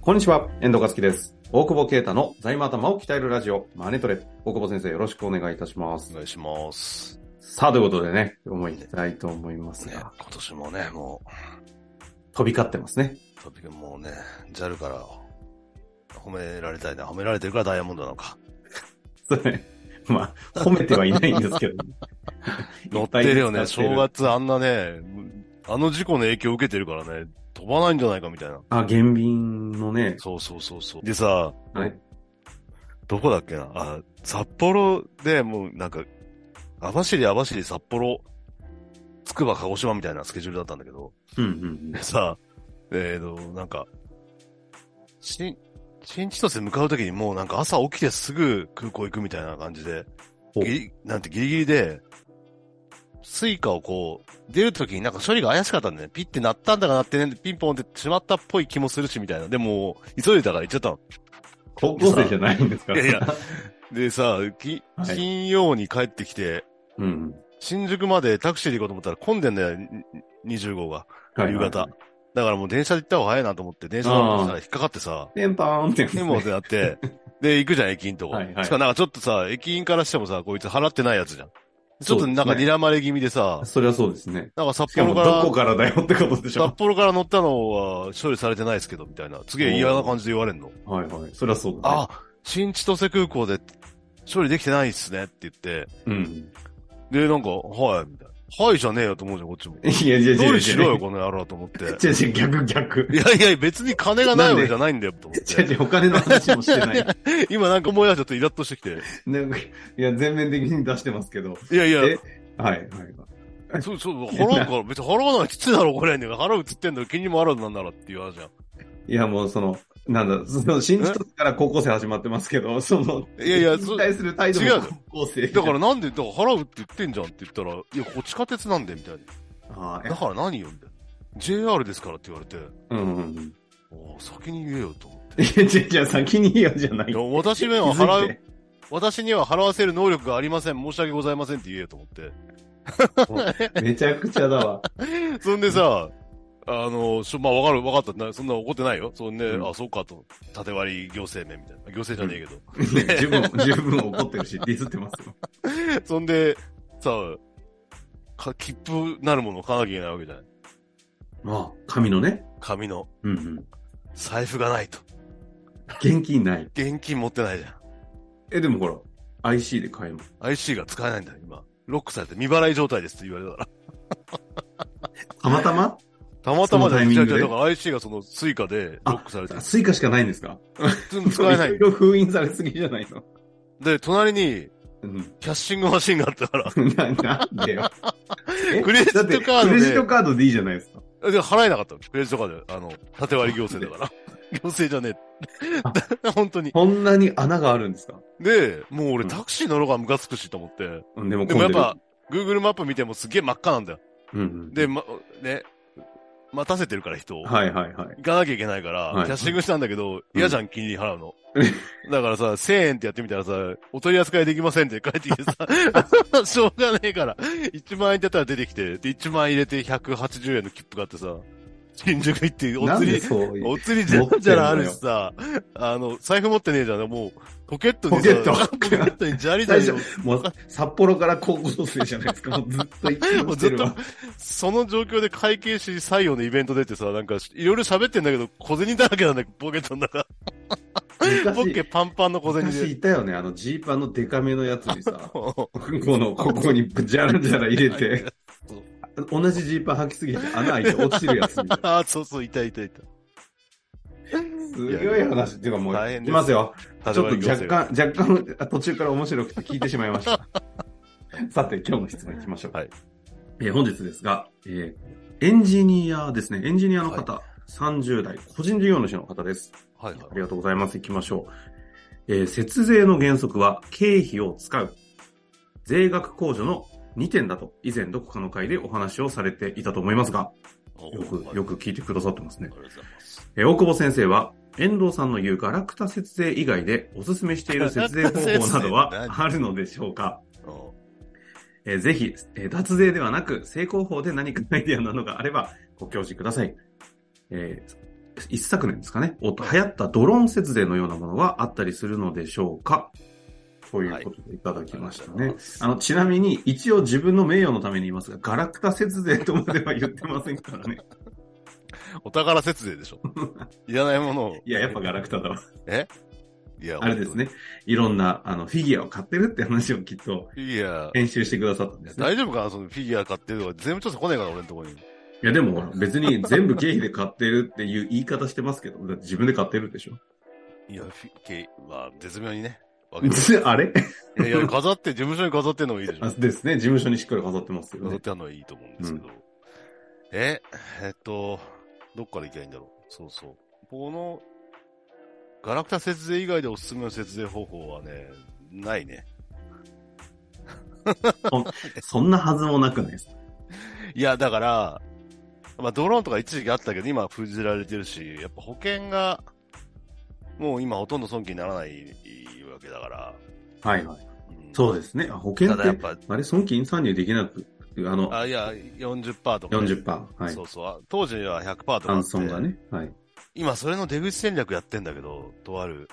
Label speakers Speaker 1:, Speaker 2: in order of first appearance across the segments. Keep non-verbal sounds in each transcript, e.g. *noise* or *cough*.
Speaker 1: こんにちは、遠藤和樹です。大久保啓太の財務頭を鍛えるラジオ、マネトレ。大久保先生、よろしくお願いいたします
Speaker 2: お。願いします。
Speaker 1: さあ、ということでね、思い行きたいと思います
Speaker 2: ね、
Speaker 1: が
Speaker 2: 今、年もね、も
Speaker 1: 飛び交ってますね。 *laughs*
Speaker 2: う、トピックもうね、JAL から褒められたいな、褒められてるからダイヤモンドなのか。
Speaker 1: それ、まあ、褒めてはいないんです
Speaker 2: *laughs*
Speaker 1: けど、
Speaker 2: 乗ってるよ
Speaker 1: いっ
Speaker 2: ね、
Speaker 1: ぱい使ってる
Speaker 2: 正月あんなね、あの事故の影響を受けてるからね、飛ばないんじゃないかみたいな。
Speaker 1: あ、減便のね、
Speaker 2: そうそうそうそう。でさ、
Speaker 1: はい
Speaker 2: どこだっけなあ、札幌でもうなんか、網走、網走、札幌、つくば、鹿児島みたいなスケジュールだったんだけど、
Speaker 1: うんうん
Speaker 2: でさ、えーと、なんか、新、新千歳向かうときにもうなんか朝起きてすぐ空港行くみたいな感じで、
Speaker 1: ほう
Speaker 2: ギリ、なんてギリギリで、スイカをこう、出るときになんか処理が怪しかったんで、ね、ピッて鳴ったんだかなってね、ピンポンってしまったっぽい気もするしみたいな。でも、急いでたから行っちゃ
Speaker 1: *laughs*
Speaker 2: ったの。
Speaker 1: 高校生じゃないんですか
Speaker 2: い
Speaker 1: ら。
Speaker 2: やいや。でさ、き
Speaker 1: はい
Speaker 2: 金曜に帰ってきて、
Speaker 1: うん
Speaker 2: 新宿までタクシーで行こうと思ったら混んでんだよ、に20号が。
Speaker 1: うん。
Speaker 2: 夕方。だからもう電車で行った方が早いなと思って、電車乗ったら引っかかってさ、
Speaker 1: テンパーンってやつ
Speaker 2: でもって
Speaker 1: *laughs*
Speaker 2: なって、で、行くじゃん、駅員とこ。
Speaker 1: はいはい
Speaker 2: しかもなんかちょっとさ、駅員からしてもさ、こいつ払ってないやつじゃん。ちょっ
Speaker 1: そ
Speaker 2: と
Speaker 1: うですね
Speaker 2: なんか睨まれ気味でさ、
Speaker 1: それはそうですね。
Speaker 2: なんか札
Speaker 1: しか
Speaker 2: 幌
Speaker 1: も、
Speaker 2: か
Speaker 1: どこ
Speaker 2: ら、
Speaker 1: からだよってことでし
Speaker 2: 札
Speaker 1: ょ。
Speaker 2: 幌から乗ったのは処理されてないですけど、みたいな。すげえ嫌な感じで言われんの。
Speaker 1: はいはい。それはそうだ、ね。
Speaker 2: あ、新千歳空港で処理できてないっすねって言って、
Speaker 1: うん。
Speaker 2: で、なんか、はい、みたいな。はいじゃねえよと思うじゃん、こっちも。
Speaker 1: いやいやいやいやいや。
Speaker 2: どうしろよ、この野郎と思って。
Speaker 1: 違う違う、逆逆。
Speaker 2: いやいや、別に金がないわけじゃないんだよ、と思
Speaker 1: *laughs*
Speaker 2: っ
Speaker 1: 違う
Speaker 2: て。
Speaker 1: 違う、お金の話もしてない。
Speaker 2: *laughs* 今なんか思い出しちゃってイラッとしてきて。
Speaker 1: なんかいや、全面的に出してますけど。
Speaker 2: いやいや
Speaker 1: え、はい、はい。
Speaker 2: そうそう、払うから、別に払わないきついだろ、これ。払うっつってんだよ、気にもあるなんならって言われじゃん。
Speaker 1: いや、もうその、なんだ、その、新卒から高校生始まってますけど、その、
Speaker 2: いやいや
Speaker 1: 引
Speaker 2: そう
Speaker 1: 退する態度
Speaker 2: 違
Speaker 1: も
Speaker 2: うの
Speaker 1: 高校生。
Speaker 2: だからなんで、だから払うって言ってんじゃんって言ったら、いや、こっち地下鉄なんで、みたい
Speaker 1: あ
Speaker 2: な。だ
Speaker 1: あ、
Speaker 2: から何よ、みたいな。JR ですからって言われて、
Speaker 1: うんうんうん。
Speaker 2: おー先に言えよ、と思って。
Speaker 1: いや、違う違う、先に言うじゃないい
Speaker 2: や。私には払う、私には払わせる能力がありません。申し訳ございませんって言えよと思 *laughs* って。
Speaker 1: う。めちゃくちゃだわ。
Speaker 2: *laughs* そんでさ、あの、しょまあ、わかる、わかったな。そんな怒ってないよ。そんで、
Speaker 1: うん
Speaker 2: あ、そうかと。縦割り行政名みたいな。行政じゃねえけど。
Speaker 1: ね十分、十分怒ってるし、ディスってますよ。
Speaker 2: そんで、さ、か、切符なるものを買わなきゃいけないわけじゃない。
Speaker 1: まあ、紙のね。
Speaker 2: 紙の。
Speaker 1: うんうん。
Speaker 2: 財布がないと。
Speaker 1: 現金ない。
Speaker 2: 現金持ってないじゃん。
Speaker 1: え、でもほら、IC で買えます。
Speaker 2: IC が使えないんだよ、今。ロックされて未払い状態ですって言われたから。
Speaker 1: たまたま
Speaker 2: たまたま
Speaker 1: そのタ
Speaker 2: で、
Speaker 1: イミング
Speaker 2: 違う
Speaker 1: で
Speaker 2: 違う、だから IC がそのスイカでロックされて
Speaker 1: あ、、スイカしかないんですか
Speaker 2: 全部使えない
Speaker 1: い。ろいろ封印されすぎじゃないの。
Speaker 2: で、隣に
Speaker 1: うん。
Speaker 2: キャッシングマシンがあったから、
Speaker 1: な、なん *laughs* でよ。え
Speaker 2: クレジット
Speaker 1: だ
Speaker 2: カードで
Speaker 1: ってクレジットカードでいいじゃないですか。
Speaker 2: で払えなかったのクレジットカードで、あの、縦割り行政だから。
Speaker 1: *laughs*
Speaker 2: 行政じゃねえ。 *laughs* 本当に。
Speaker 1: こんなに穴があるんですか
Speaker 2: で、もう
Speaker 1: う
Speaker 2: 俺
Speaker 1: ん
Speaker 2: タクシー乗るのがムカつくしと思って。
Speaker 1: うんでも
Speaker 2: で
Speaker 1: 混
Speaker 2: も
Speaker 1: ん
Speaker 2: やっ
Speaker 1: る
Speaker 2: ぱ、、Google マップ見てもすげえ真っ赤なんだよ。
Speaker 1: うんうん。
Speaker 2: で、ま、ね、待たせてるから人を。
Speaker 1: はいはいはい。
Speaker 2: 行かなきゃいけないから、
Speaker 1: はい
Speaker 2: キャッシングしたんだけど、嫌じゃん、金利払
Speaker 1: *laughs*
Speaker 2: うの。だからさ、1000円ってやってみたらさ、お取り扱いできませんって帰ってき
Speaker 1: *laughs*
Speaker 2: てさ、しょうがねえから、1万円だったら出てきて、で、1万円入れて180円の切符買ってさ、新宿行って、お
Speaker 1: なん
Speaker 2: 釣
Speaker 1: で
Speaker 2: り、
Speaker 1: そういう。
Speaker 2: *laughs* お釣りじゃらじゃらあるしさ、あの、財布持ってねえじゃん、もう、ポケットに
Speaker 1: ポ
Speaker 2: さ、
Speaker 1: ケット
Speaker 2: ポケットに砂利だ
Speaker 1: 最
Speaker 2: よ
Speaker 1: 初。、もう、札幌から高校生じゃないですか。もう
Speaker 2: *laughs*
Speaker 1: ずっと行って
Speaker 2: も
Speaker 1: ま
Speaker 2: う
Speaker 1: す
Speaker 2: ず
Speaker 1: け
Speaker 2: っ
Speaker 1: ど
Speaker 2: と。、その状況で会計士採用のイベント出てさ、なんか、いろいろ喋ってんだけど、小銭だらけなんだよ、ポケットの中。ポッケ
Speaker 1: 昔、
Speaker 2: パンパンの小銭
Speaker 1: 昔
Speaker 2: で。
Speaker 1: いたよね。あの、ジーパンのデカめのやつにさ、
Speaker 2: *laughs*
Speaker 1: こ
Speaker 2: こ
Speaker 1: の、ここにジャラジャラ入れて、。同じジーパン履きすぎて穴開いて落ちるやつみたいな。
Speaker 2: *laughs* ああ、そうそう、いたいたいた。
Speaker 1: すごい話っていうかも
Speaker 2: 大
Speaker 1: う、
Speaker 2: 変
Speaker 1: い
Speaker 2: です
Speaker 1: ますよ。ちょっと若
Speaker 2: 行政が。
Speaker 1: 干、若干、あ途中から面白くて聞いてしまいました。 *laughs* さて、今日の質問いきましょう。
Speaker 2: はい
Speaker 1: えー本日ですが、えーエンジニアですね。エンジニアの方、30代、個人事業主の方です。
Speaker 2: はいは
Speaker 1: ありがとうございます。行きましょう。えー節税の原則は、経費を使う。税額控除の2点だと、以前どこかの回でお話をされていたと思いますが、
Speaker 2: い。
Speaker 1: よく、よ
Speaker 2: く。
Speaker 1: く聞いてくださってます
Speaker 2: あ
Speaker 1: ね
Speaker 2: りが。とうございます。
Speaker 1: えー大久保先生は、遠藤さんの言うガラクタ節税以外でおすすめしている節税方法など
Speaker 2: ガラクタ節税って
Speaker 1: は
Speaker 2: 何
Speaker 1: あるのでしょうか、
Speaker 2: う
Speaker 1: えーぜひ、えー脱税ではなく、成功法で何かアイデアなのがあればご教示ください。えー一昨年ですかね、お流行ったドローン節税のようなものはあったりするのでしょうかということでいただきましたね。あの、ちなみに、一応自分の名誉のために言いますが、ガラクタ節税とまでは言ってませんからね。
Speaker 2: お宝節税
Speaker 1: *laughs*
Speaker 2: でしょ。いらないものを。
Speaker 1: いや、やっぱガラクタだわ。
Speaker 2: えいや、
Speaker 1: あれですね。いろんな、あの、フィギュアを買ってるって話をきっと
Speaker 2: 本当に。フィギュア、
Speaker 1: 編集してくださったんですね。
Speaker 2: 大丈夫かなそのフィギュア買ってるとか、全部ちょっと来ねえから、俺のところに。
Speaker 1: いや、でもほら別に全部経費で買ってるっていう言い方してますけど、だって自分で買ってるでしょ。
Speaker 2: いや、フィけまあ、絶妙にね。分
Speaker 1: *laughs*
Speaker 2: けて
Speaker 1: 別にあれ
Speaker 2: いやいや、飾って、事務所に飾ってんのもいいでしょ
Speaker 1: あ。ですね。事務所にしっかり飾ってますよ、
Speaker 2: 飾っ
Speaker 1: ね。
Speaker 2: てあるのはいいと思うんですけど。え、えっと、どっからいけばいいんだろう。そうそう。この、ガラクタ節税以外でおすすめの節税方法はね、ないね。
Speaker 1: そんなはずもなくないです。
Speaker 2: いや、だから、まあ、ドローンとか一時期あったけど、今は封じられてるし、やっぱ保険が、もう今ほとんど損金にならないわけだから。。
Speaker 1: はいはい。そうですすね。あ保険
Speaker 2: た
Speaker 1: っ、
Speaker 2: だやってぱ、
Speaker 1: あれ、損金算入できなく、あの、
Speaker 2: あ、いや、40%とかね、
Speaker 1: 40%。はい
Speaker 2: そ。うそうあ。当時は100%とかあって。
Speaker 1: 単損がね。はい。
Speaker 2: 今、それの出口戦略やってんだけど、とある、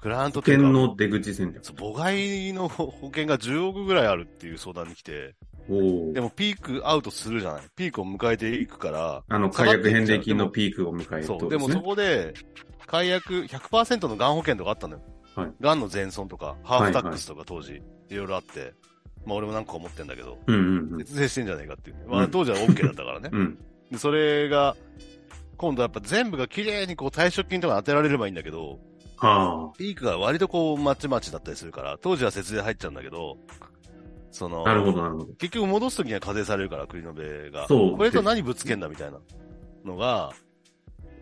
Speaker 2: クライアント
Speaker 1: 保
Speaker 2: とい
Speaker 1: 険
Speaker 2: うか
Speaker 1: の出口戦略。
Speaker 2: そう母外の保険が10億ぐらいあるっていう相談に来て、
Speaker 1: おお
Speaker 2: で。もピークアウトするじゃない。ピークを迎えていくから、
Speaker 1: あの、解約返礼金のピークを迎える
Speaker 2: そ
Speaker 1: と
Speaker 2: う、でもそこで、解約100%のがん保険とかあったのよ。
Speaker 1: はい
Speaker 2: がんの全損とか、ハーフタックスとか当時、いろいろあって、まあ俺も何個か持ってんだけど、
Speaker 1: うんうんうん。
Speaker 2: 節税してんじゃねえかっていう。まあ
Speaker 1: うん
Speaker 2: 当時は OK だったからね。
Speaker 1: うん。
Speaker 2: でそれが、今度はやっぱ全部が綺麗にこう退職金とか当てられればいいんだけど、
Speaker 1: は
Speaker 2: ピークが割とこう、まちまちだったりするから、当時は節税入っちゃうんだけど、その
Speaker 1: あ。、なるほど、なるほど。
Speaker 2: 結局戻すときには課税されるから、国の米が。
Speaker 1: そう
Speaker 2: これと何ぶつけんだみたいなのが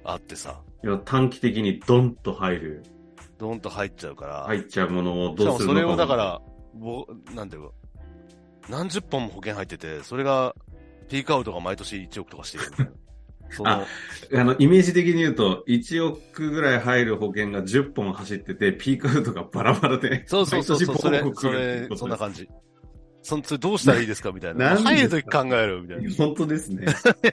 Speaker 2: あってさ、
Speaker 1: いや短期的にドンと入る、
Speaker 2: ドンと入っちゃうから、
Speaker 1: 入っちゃうものを
Speaker 2: しか
Speaker 1: どう
Speaker 2: も
Speaker 1: する
Speaker 2: そ
Speaker 1: のか。
Speaker 2: れをだか、ら、ぼなんていうか、何十本も保険入ってて、それが、ピークアウトが毎年1億とかしてるみた
Speaker 1: *laughs*
Speaker 2: いな。その
Speaker 1: ああの、イメージ的に言うと、1億ぐらい入る保険が10本走ってて、ピークアウトがバラバラで。
Speaker 2: そうそうそうそう、それ
Speaker 1: 毎、年
Speaker 2: そ
Speaker 1: ボコボコ来るって
Speaker 2: れ
Speaker 1: いうこ、と
Speaker 2: そんな感じ。そんそれどうしたらいいですかみたいな。
Speaker 1: ななん
Speaker 2: 入
Speaker 1: で
Speaker 2: る
Speaker 1: すか
Speaker 2: とき考えるみたいな。
Speaker 1: 本当ですね。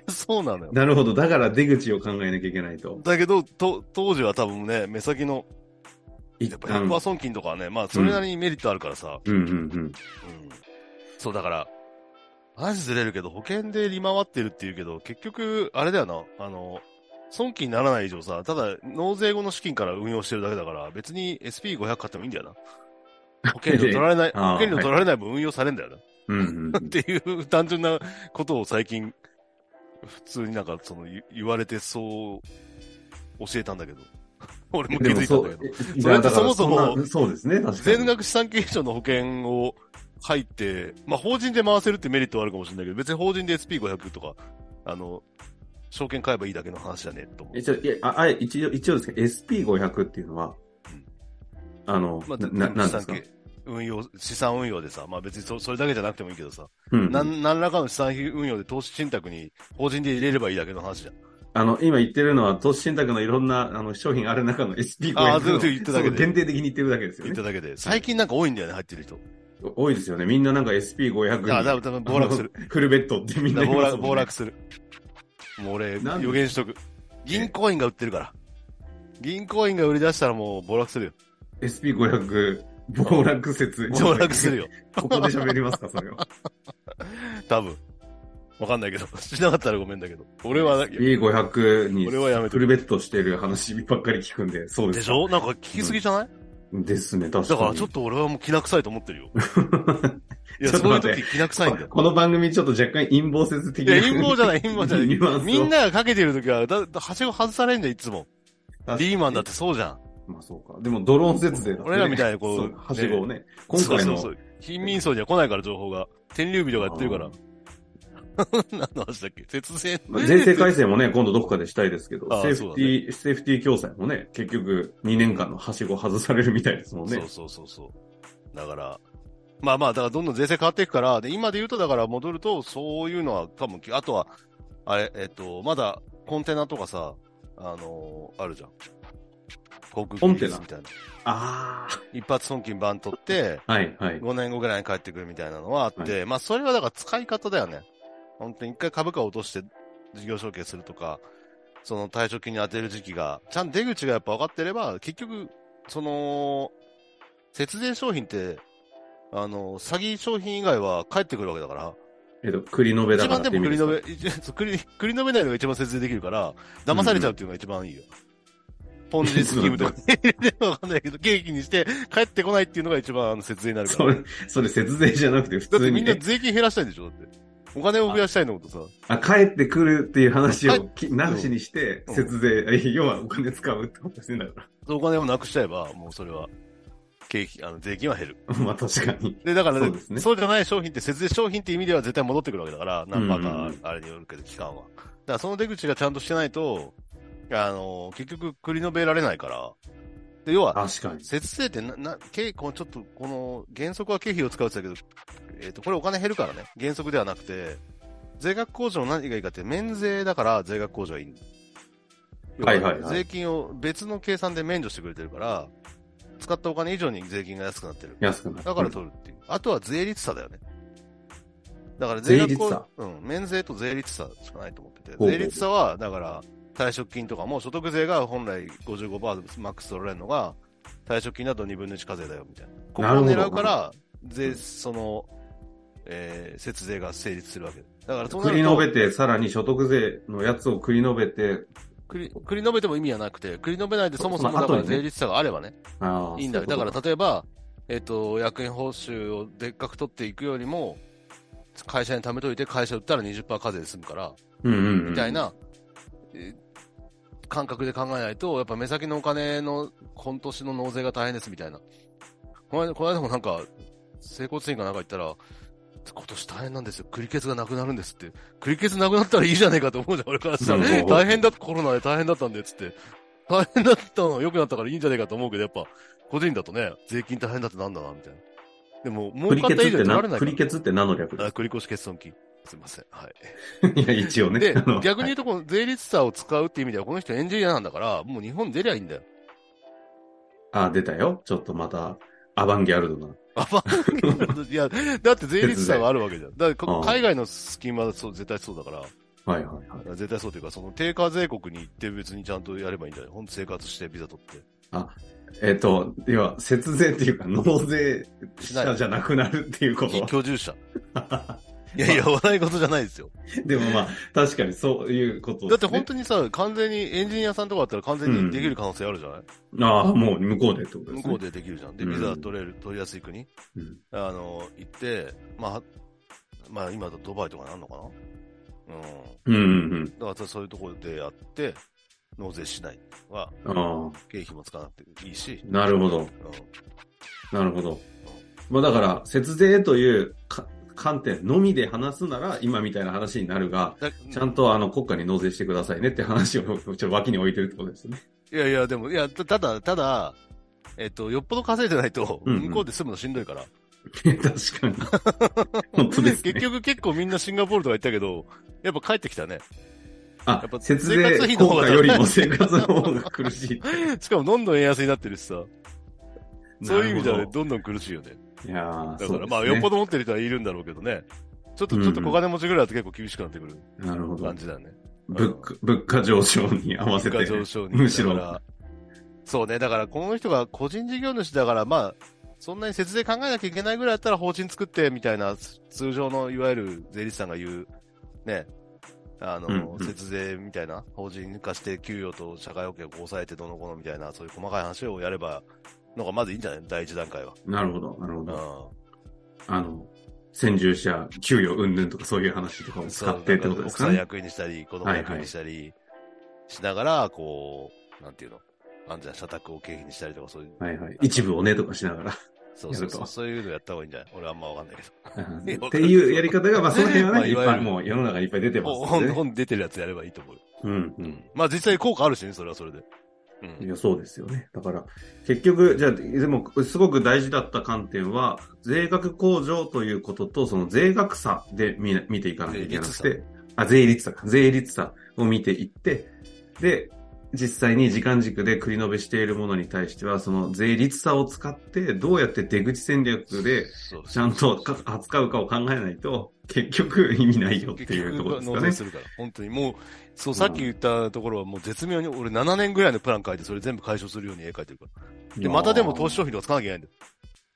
Speaker 2: そうなのよ。
Speaker 1: なるほど。だから出口を考えなきゃいけないと。
Speaker 2: だけど、と、当時は多分ね、目先の、
Speaker 1: 一
Speaker 2: やっぱ
Speaker 1: 旦。
Speaker 2: 100%損金とかはね、まあ、それなりにメリットあるからさ、
Speaker 1: うんうんうん。
Speaker 2: うんそう、だから、話ずれるけど、保険で利回ってるっていうけど、結局、あれだよな、あの、損金にならない以上さ、ただ、納税後の資金から運用してるだけだから、別に SP500 買ってもいいんだよな。保険料取られ *laughs* ない、
Speaker 1: あー
Speaker 2: 保険料取られない分運用されんだよな。
Speaker 1: うんうんうん
Speaker 2: っ。ていう単純なことを最近、普通になんかその言言われてそう教えたん
Speaker 1: *laughs*
Speaker 2: だけど。俺も気
Speaker 1: でも
Speaker 2: づいたん
Speaker 1: そ
Speaker 2: だけ
Speaker 1: う
Speaker 2: ど。、
Speaker 1: い
Speaker 2: それ
Speaker 1: や
Speaker 2: って
Speaker 1: だから
Speaker 2: そもそも
Speaker 1: んなそうですね、確かに。
Speaker 2: 全額資産形状の保険を入って、まあ法人で回せるってメリットはあるかもしれないけど、別に法人で SP500 とか、あの、証券買えばいいだけの話だね、と思
Speaker 1: え
Speaker 2: う。
Speaker 1: ちょいやああ一応、一応ですね、SP500 っていうのは
Speaker 2: うん、
Speaker 1: あの、
Speaker 2: まあ、
Speaker 1: な、なんですか
Speaker 2: 資産形運用、資産運用でさ、まあ別にそそれだけじゃなくてもいいけどさ、
Speaker 1: うんうん
Speaker 2: なん、何らかの資産運用で投資信託に法人で入れればいいだけの話じゃん。
Speaker 1: あの、今言ってるのは、投資信託のいろんな、あの、商品ある中の SP500 の。
Speaker 2: ああ、そうそう言っただけ
Speaker 1: そう
Speaker 2: で。
Speaker 1: 限定的に言ってるだけですよ
Speaker 2: 言っ
Speaker 1: ね
Speaker 2: た。だけで。最近なんか多いんだよね、入ってる人。
Speaker 1: 多いですよね。みんななんか SP500 に。
Speaker 2: あ、だ、だ、暴落する。
Speaker 1: あの。フルベッドってみんな
Speaker 2: だ
Speaker 1: 言い
Speaker 2: 暴
Speaker 1: ます
Speaker 2: 落、
Speaker 1: もんね
Speaker 2: 暴落する。もう俺、
Speaker 1: なんで
Speaker 2: 予言しとく。銀行員が売ってるから。銀行員が売り出したらもう暴落するよ。
Speaker 1: SP500 *laughs* 暴落説。
Speaker 2: 暴落する。よ。
Speaker 1: ここで喋りますか、それ
Speaker 2: *laughs*
Speaker 1: は。
Speaker 2: 多分。わかんないけど。 *laughs* しなかったらごめんだけど。俺は、
Speaker 1: SP500 に
Speaker 2: 俺はやめ
Speaker 1: フ
Speaker 2: と
Speaker 1: ル
Speaker 2: く。
Speaker 1: ベッドしてる話ばっかり聞くんで、そうです
Speaker 2: でしょなんか聞きすぎじゃない、
Speaker 1: ですね、確か
Speaker 2: だ
Speaker 1: に。
Speaker 2: からちょっと俺はもう気な臭いと思ってる
Speaker 1: *laughs*
Speaker 2: よ。いや、
Speaker 1: ちょっと
Speaker 2: そういう
Speaker 1: 待って
Speaker 2: 時気な臭いんだよ。
Speaker 1: この番組ちょっと若干陰謀説的
Speaker 2: い
Speaker 1: な。
Speaker 2: や、陰謀じゃない、陰謀
Speaker 1: *laughs*
Speaker 2: じゃな
Speaker 1: ニュアン
Speaker 2: い。
Speaker 1: スを
Speaker 2: みんながかけてる時は、だ、だはしご外されんじゃん、いつも。
Speaker 1: 確かに
Speaker 2: リーマンだってそうじゃん。
Speaker 1: まあそうか。でもドローン節税だってね
Speaker 2: 俺らみたいにこう
Speaker 1: そはしごをね。今回
Speaker 2: そう
Speaker 1: の
Speaker 2: そうそう貧民層には来ないから、情報が。天竜人がやってるから。 *laughs* 何の話だっけ節税。
Speaker 1: まあ税制改正もね、今度どこかでしたいですけど、
Speaker 2: ああ
Speaker 1: セーフティー、セーフティー共済もね、結局2年間のはしご外されるみたいですもんね。
Speaker 2: そうそうそうそう。だから、まあまあ、だからどんどん税制変わっていくから、で、今で言うと、だから戻ると、そういうのは多分、あとは、あれ、えっと、まだコンテナとかさ、あのーあるじゃん。航空機リースみたいな。
Speaker 1: あ
Speaker 2: 一発損金版取って、
Speaker 1: あ。はいはい。
Speaker 2: 5年後ぐらいに帰ってくるみたいなのはあって、まあそれはだから使い方だよね。本当に一回株価を落として事業承継するとか、その退職金に当てる時期が、ちゃんと出口がやっぱ分かってれば、結局、その、節税商品って、あの、詐欺商品以外は返ってくるわけだから、
Speaker 1: えっと、栗延べだ
Speaker 2: 一
Speaker 1: から
Speaker 2: 番でも
Speaker 1: って意
Speaker 2: 繰
Speaker 1: 味
Speaker 2: り
Speaker 1: すか
Speaker 2: 延べ、一そう繰り繰り延べないのが一番節税できるから、騙されちゃうっていうのが一番いいよ。ポンジスキームと
Speaker 1: *laughs*
Speaker 2: かわかんないけど、ケーキにして帰ってこないっていうのが一番あの節税になるか
Speaker 1: そ
Speaker 2: ら。
Speaker 1: れ、それ節税じゃなくて普
Speaker 2: だっ
Speaker 1: 通
Speaker 2: てみ
Speaker 1: に
Speaker 2: んな
Speaker 1: ね、
Speaker 2: 税金減らしたいんでしょだって。お金を増やしたいのことさ。
Speaker 1: あ、帰ってくるっていう話
Speaker 2: は
Speaker 1: を
Speaker 2: い
Speaker 1: *laughs* きなしにして、
Speaker 2: うん
Speaker 1: 節税、 *laughs* 要はお金使うってことですね、だか
Speaker 2: お金をなくしちゃえば、もうそれは、景気、あの、税金は減る。
Speaker 1: ら。 *laughs* まあ確かに。
Speaker 2: で、だから、
Speaker 1: そう
Speaker 2: そう
Speaker 1: ですね
Speaker 2: じゃない商品って節税商品って意味では絶対戻ってくるわけだから、何パ
Speaker 1: うんうんう
Speaker 2: ーかあれによるけど、期間は。だからその出口がちゃんとしてないと、あの、結局繰り延べられないから。で、要は、
Speaker 1: 確かに。
Speaker 2: 節税ってな、な、経こうちょっと、この、原則は経費を使うって言ってたけど、えっ、と、これお金減るからね。原則ではなくて、税額控除の何がいいかって、免税だから税額控除はいいんだ
Speaker 1: はいはいはい
Speaker 2: 税金を別の計算で免除してくれてるから、使ったお金以上に税金が安くなってる。
Speaker 1: 安くなる。
Speaker 2: だから取るっていう。あとは税率差だよね。だから税額
Speaker 1: 税率差
Speaker 2: をうん、免税と税率差しかないと思ってて
Speaker 1: ほうほ。う
Speaker 2: 税率差は、だから、退職金とかも所得税が本来55%マックス取られるのが、退職金だと2分の1課税だよ、みたいな。ここ
Speaker 1: なるほ
Speaker 2: を
Speaker 1: ど
Speaker 2: 狙うから、税、その、えー、節税が成立するわけ。だからそうな
Speaker 1: 繰
Speaker 2: る
Speaker 1: り
Speaker 2: と、
Speaker 1: 延べて、さらに所得税のやつを繰り延べて、
Speaker 2: 繰り繰り延べても意味はなくて、繰り延べないでそもそも
Speaker 1: まあ
Speaker 2: だ
Speaker 1: 後
Speaker 2: か
Speaker 1: に
Speaker 2: ら
Speaker 1: ね
Speaker 2: 税率差があればね、
Speaker 1: ああ
Speaker 2: いいんだよ。だか、
Speaker 1: そう
Speaker 2: ら例えば、えっ、と、役員報酬をでっかく取っていくよりも、会社に貯めといて、会社売ったら20%課税で済むから、
Speaker 1: うことうんうんうん。
Speaker 2: みたい。な、えー感覚で考えないと、やっぱ目先のお金の、今年の納税が大変ですみたいな。この間この間もなんか、整骨院かなんか行ったら、今年大変なんですよ。クリケツがなくなるんですって。クリケツなくなったらいいじゃねえかと思うじゃん、俺からしたら。
Speaker 1: うん
Speaker 2: 大変だ、コロナで大変だったんで、つって。大変だったのは良くなったからいいんじゃねえかと思うけど、やっぱ、個人だとね、税金大変だってなんだな、みたいな。でも、儲
Speaker 1: クリ
Speaker 2: か
Speaker 1: ケ
Speaker 2: った
Speaker 1: ツっ
Speaker 2: 以上に
Speaker 1: て
Speaker 2: 取ら
Speaker 1: な、
Speaker 2: れな
Speaker 1: ク
Speaker 2: いから
Speaker 1: リ。ケツって何の略で
Speaker 2: あ
Speaker 1: す
Speaker 2: 繰り越し欠損金。すいません。はい。
Speaker 1: か *laughs* いや、一応ね。
Speaker 2: で
Speaker 1: あの、
Speaker 2: 逆に言
Speaker 1: は
Speaker 2: うと、この税率差を使うって意味では、この人エンジニアなんだから、もう日本出りゃいいんだよ。
Speaker 1: いあ、出たよ。ちょっとまた、アバンギャルドな。
Speaker 2: アバンいや、だって税率差があるわけじゃん。だって
Speaker 1: う
Speaker 2: こ
Speaker 1: ん
Speaker 2: 海外のスキームはそう絶対そうだから、
Speaker 1: はいはいはい。
Speaker 2: 絶対そうというか、その低下税国に行って別にちゃんとやればいいんじゃないほんと生活してビザ取って。
Speaker 1: えっ、と、要は、節税っていうか、納税者じゃなくなるっていうこ
Speaker 2: 非
Speaker 1: と。
Speaker 2: 居住者。いやいや、笑い事じゃないですよ。
Speaker 1: *laughs* でもまあ、確かにそういうこと
Speaker 2: だ
Speaker 1: で
Speaker 2: って
Speaker 1: すね、
Speaker 2: 本当にさ、完全にエンジニアさんとかだったら完全にできる可能性あるじゃない、
Speaker 1: ああ、もう向こうでってことですね。
Speaker 2: 向こうでできるじゃん。で、
Speaker 1: うん
Speaker 2: ビザ取れる、取りやすい国。
Speaker 1: うん。
Speaker 2: あの、行って、まあ、まあ今だとドバイとかになるのかなうん。
Speaker 1: うんうん
Speaker 2: だからそういうところでやって、納税しないは、
Speaker 1: うん。ああ、
Speaker 2: 経費もつかなくていいし、
Speaker 1: なるほど。
Speaker 2: うん。
Speaker 1: なるほど。まあだから、節税というか観点のみで話すなら、今みたいな話になるが、
Speaker 2: だ
Speaker 1: ちゃんとあの国家に納税してくださいねって話をちょっと脇に置いてるってことですね。
Speaker 2: いやいや、でも、いや、たただ、ただ、えっと、よっぽど稼いでないと、
Speaker 1: うんうん
Speaker 2: 向こうで住むのしんどいから。
Speaker 1: 確かに。本当ですね
Speaker 2: *laughs* 結。局結構みんなシンガポールとか行ったけど、やっぱ帰ってきたね。
Speaker 1: あ
Speaker 2: やっぱ、
Speaker 1: 節
Speaker 2: 生活
Speaker 1: 税
Speaker 2: 費の方
Speaker 1: 効
Speaker 2: が
Speaker 1: 果よりも生活の方が苦しい。
Speaker 2: しかもどんどん円安になってるしさ。 *laughs* そういう意味で
Speaker 1: なる
Speaker 2: は
Speaker 1: ほ
Speaker 2: どんどん苦しいよね。
Speaker 1: どいやー
Speaker 2: だ
Speaker 1: そう
Speaker 2: から、
Speaker 1: です
Speaker 2: まあ、
Speaker 1: ね
Speaker 2: よっぽど持ってる人はいるんだろうけどね。ちょっと、
Speaker 1: うん
Speaker 2: ちょっと小金持ちぐらいだと結構厳しくなってくる
Speaker 1: なるほど
Speaker 2: 感。じだよね。
Speaker 1: 物価物価上昇に合わせ
Speaker 2: 物
Speaker 1: て。
Speaker 2: 価上昇に。
Speaker 1: むしろ
Speaker 2: だからそうね、だからこの人が個人事業主だから、まあ、そんなに節税考えなきゃいけないぐらいだったら法人作ってみたいな、通常のいわゆる税理士さんが言う、ね、あの、
Speaker 1: うんうん
Speaker 2: 節税みたいな、法人化して給与と社会保険を抑えてどうのこうのみたいな、そういう細かい話をやれば、のがまずいいんじゃない第一段階は。
Speaker 1: なるほど、なるほ
Speaker 2: う
Speaker 1: ど。
Speaker 2: ん。
Speaker 1: あの、先住者、給与云々とかそういう話とかを使ってってことです
Speaker 2: そ
Speaker 1: か
Speaker 2: うだら奥さん
Speaker 1: ね。
Speaker 2: 役員にしたり、子供役員にしたりしながら、こう、なんていうの、あんじゃん、社宅を経費にしたりとか、そういう、
Speaker 1: はいはい。一部をねとかしながら。
Speaker 2: *laughs* そうそう
Speaker 1: や
Speaker 2: そ
Speaker 1: ると
Speaker 2: う、そういうのやった方がいいんじゃない俺あんまわかんないけど。
Speaker 1: っていうやり方が、まあその辺は
Speaker 2: まあ
Speaker 1: ね、い
Speaker 2: い
Speaker 1: っ
Speaker 2: わゆる
Speaker 1: ぱいもう世の中にいっぱい出てますん
Speaker 2: 本、
Speaker 1: でね。
Speaker 2: 本出てるやつやればいいと思う。
Speaker 1: うんう。
Speaker 2: うんん。まあ実際効果あるしね、それはそれで。う
Speaker 1: い
Speaker 2: ん。
Speaker 1: や、そうですよね。だから、結局、じゃあ、でも、すごく大事だった観点は、税額控除ということと、その税額差で見な見ていかなきゃいけなく
Speaker 2: 税
Speaker 1: て、あ、税率差か、税率差を見ていって、で、実際に時間軸で繰り延べしているものに対しては、その税率差を使って、どうやって出口戦略で
Speaker 2: そう
Speaker 1: ちゃんとか扱うかを考えないと、結局意味ないよっていうところです
Speaker 2: 納
Speaker 1: か
Speaker 2: 税
Speaker 1: ね。
Speaker 2: するから。本当にもう、そう、さっき言ったところはもう絶妙に、俺7年ぐらいのプラン書いて、それ全部解消するように絵描いてるから。で、またでも投資商品とかつかなきゃいけないんだよ。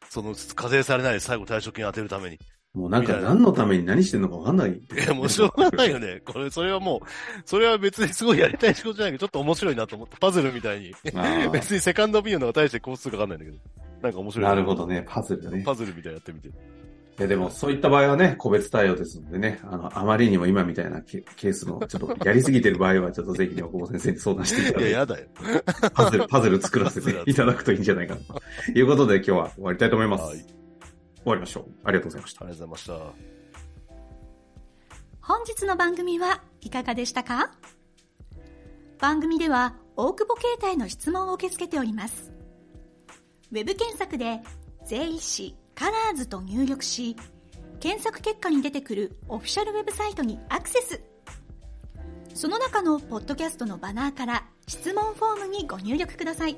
Speaker 2: その、課税されないで最後退職金当てるために。
Speaker 1: もうなんか何のために何してんのかわかん
Speaker 2: *laughs*
Speaker 1: ない。
Speaker 2: いや、もうしょうがない
Speaker 1: *laughs*
Speaker 2: よね。これ、それはもう、それは別にすごいやりたい仕事じゃないけど、ちょっと面白いなと思って、パズルみたいに。
Speaker 1: あー
Speaker 2: *laughs* 別にセカンドオピニオンのが大してコース数かかんないんだけど。なんか面白い。
Speaker 1: なるほど。ね、パズルね。
Speaker 2: パズルみたいにやってみて。
Speaker 1: いやでもそういった場合はね、個別対応ですのでね、あの、あまりにも今みたいなケケースの、ちょっとやりすぎてる場合は、ちょっとぜひね、大久保先生に相談していた
Speaker 2: いや、
Speaker 1: だい
Speaker 2: やだよ。
Speaker 1: て、パズル、パズル作らせていただくといいんじゃないかな、ということで今日は終わりたいと思います。
Speaker 2: はい。あり
Speaker 1: 終わりましょう。ありがとうございました
Speaker 2: がとう。ございました。
Speaker 3: 本日の番組はいかがでしたか番組では大久保携帯の質問を受け付けております。ウェブ検索で税理士カラーズと入力し、検索結果に出てくるオフィシャルウェブサイトにアクセス。その中のポッドキャストのバナーから質問フォームにご入力ください。